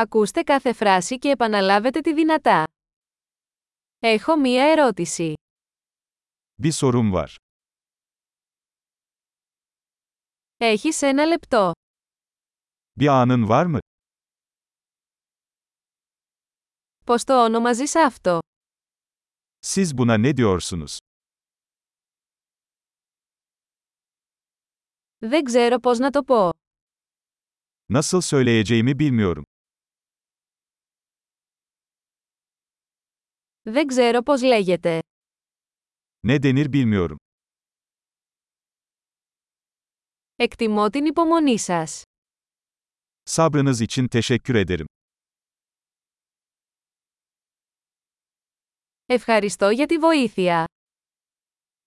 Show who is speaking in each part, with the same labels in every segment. Speaker 1: Ακούστε κάθε φράση και επαναλάβετε τη δυνατά. Έχω μία ερώτηση.
Speaker 2: Bir sorum var.
Speaker 1: Έχεις ένα λεπτό.
Speaker 2: Bir anın var mı?
Speaker 1: Πώς το ονομαζείς αυτό.
Speaker 2: Siz buna ne diyorsunuz?
Speaker 1: Δεν ξέρω πώς να το πω.
Speaker 2: Nasıl söyleyeceğimi bilmiyorum.
Speaker 1: Δεν ξέρω πώς λέγεται.
Speaker 2: Ne denir bilmiyorum.
Speaker 1: Εκτιμώ την υπομονή σας.
Speaker 2: Sabrınız için teşekkür ederim.
Speaker 1: Ευχαριστώ για τη βοήθεια.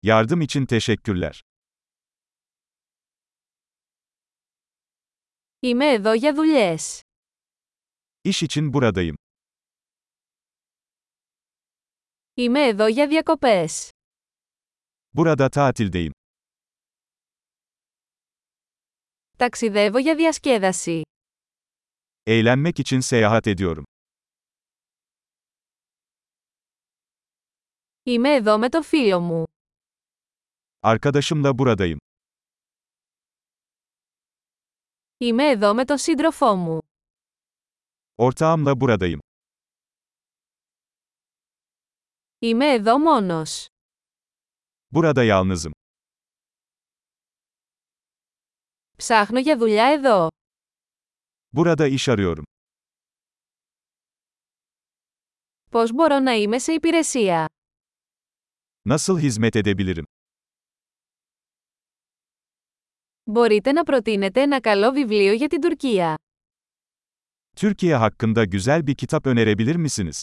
Speaker 2: Yardım için teşekkürler.
Speaker 1: Είμαι εδώ για δουλειές.
Speaker 2: İş için buradayım.
Speaker 1: Είμαι εδώ για διακοπές.
Speaker 2: Burada tatildeyim.
Speaker 1: Ταξιδεύω για διασκέδαση.
Speaker 2: Eğlenmek için seyahat ediyorum.
Speaker 1: Είμαι εδώ με το φίλο μου.
Speaker 2: Arkadaşımla buradayım.
Speaker 1: Είμαι εδώ με τον σύντροφό μου.
Speaker 2: Ortağımla buradayım.
Speaker 1: Είμαι εδώ μόνος.
Speaker 2: Burada yalnızım.
Speaker 1: Ψάχνω για δουλειά εδώ.
Speaker 2: Burada iş arıyorum.
Speaker 1: Πώς μπορώ να είμαι σε υπηρεσία.
Speaker 2: Nasıl hizmet edebilirim?
Speaker 1: Μπορείτε να προτείνετε ένα καλό βιβλίο για την Τουρκία.
Speaker 2: Türkiye hakkında güzel bir kitap önerebilir misiniz?